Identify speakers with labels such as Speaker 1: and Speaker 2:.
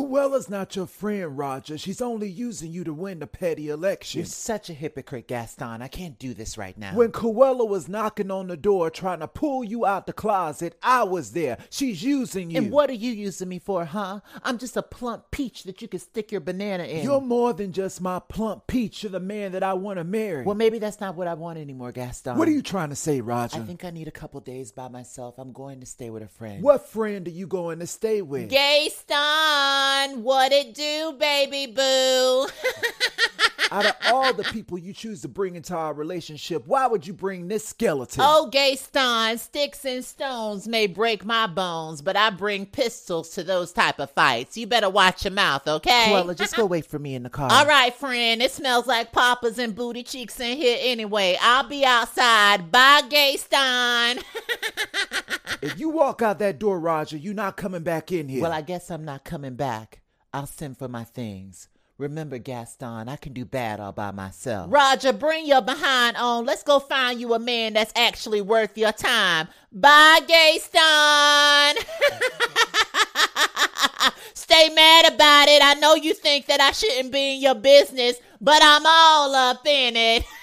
Speaker 1: Cruella's not your friend, Roger. She's only using you to win the petty election.
Speaker 2: You're such a hypocrite, Gaston. I can't do this right now.
Speaker 1: When Cruella was knocking on the door trying to pull you out the closet, I was there. She's using you.
Speaker 2: and what are you using me for, huh? I'm just a plump peach that you could stick your banana in.
Speaker 1: You're more than just my plump peach. You're the man that I want to marry.
Speaker 2: well, maybe that's not what I want anymore, Gaston.
Speaker 1: what are you trying to say,
Speaker 2: I
Speaker 1: Roger?
Speaker 2: think I need a couple days by myself. I'm going to stay with a friend.
Speaker 1: what friend are you going to stay with?
Speaker 3: Gaston, what it do, baby boo?
Speaker 1: Out of all the people you choose to bring into our relationship, why would you bring this skeleton?
Speaker 3: oh, Gaston, sticks and stones may break my bones, but I bring pistols to those type of fights. You better watch your mouth, okay?
Speaker 2: Cruella, just go wait for me in the car.
Speaker 3: All right, friend. It smells like poppers and booty cheeks in here anyway. I'll be outside. Bye, Gaston.
Speaker 1: If you walk out that door, Roger, you're not coming back in here.
Speaker 2: Well, I guess I'm not coming back. I'll send for my things. Remember, Gaston, I can do bad all by myself.
Speaker 3: Roger, bring your behind on. Let's go find you a man that's actually worth your time. Bye, Gaston. Stay mad about it. I know you think that I shouldn't be in your business, but I'm all up in it.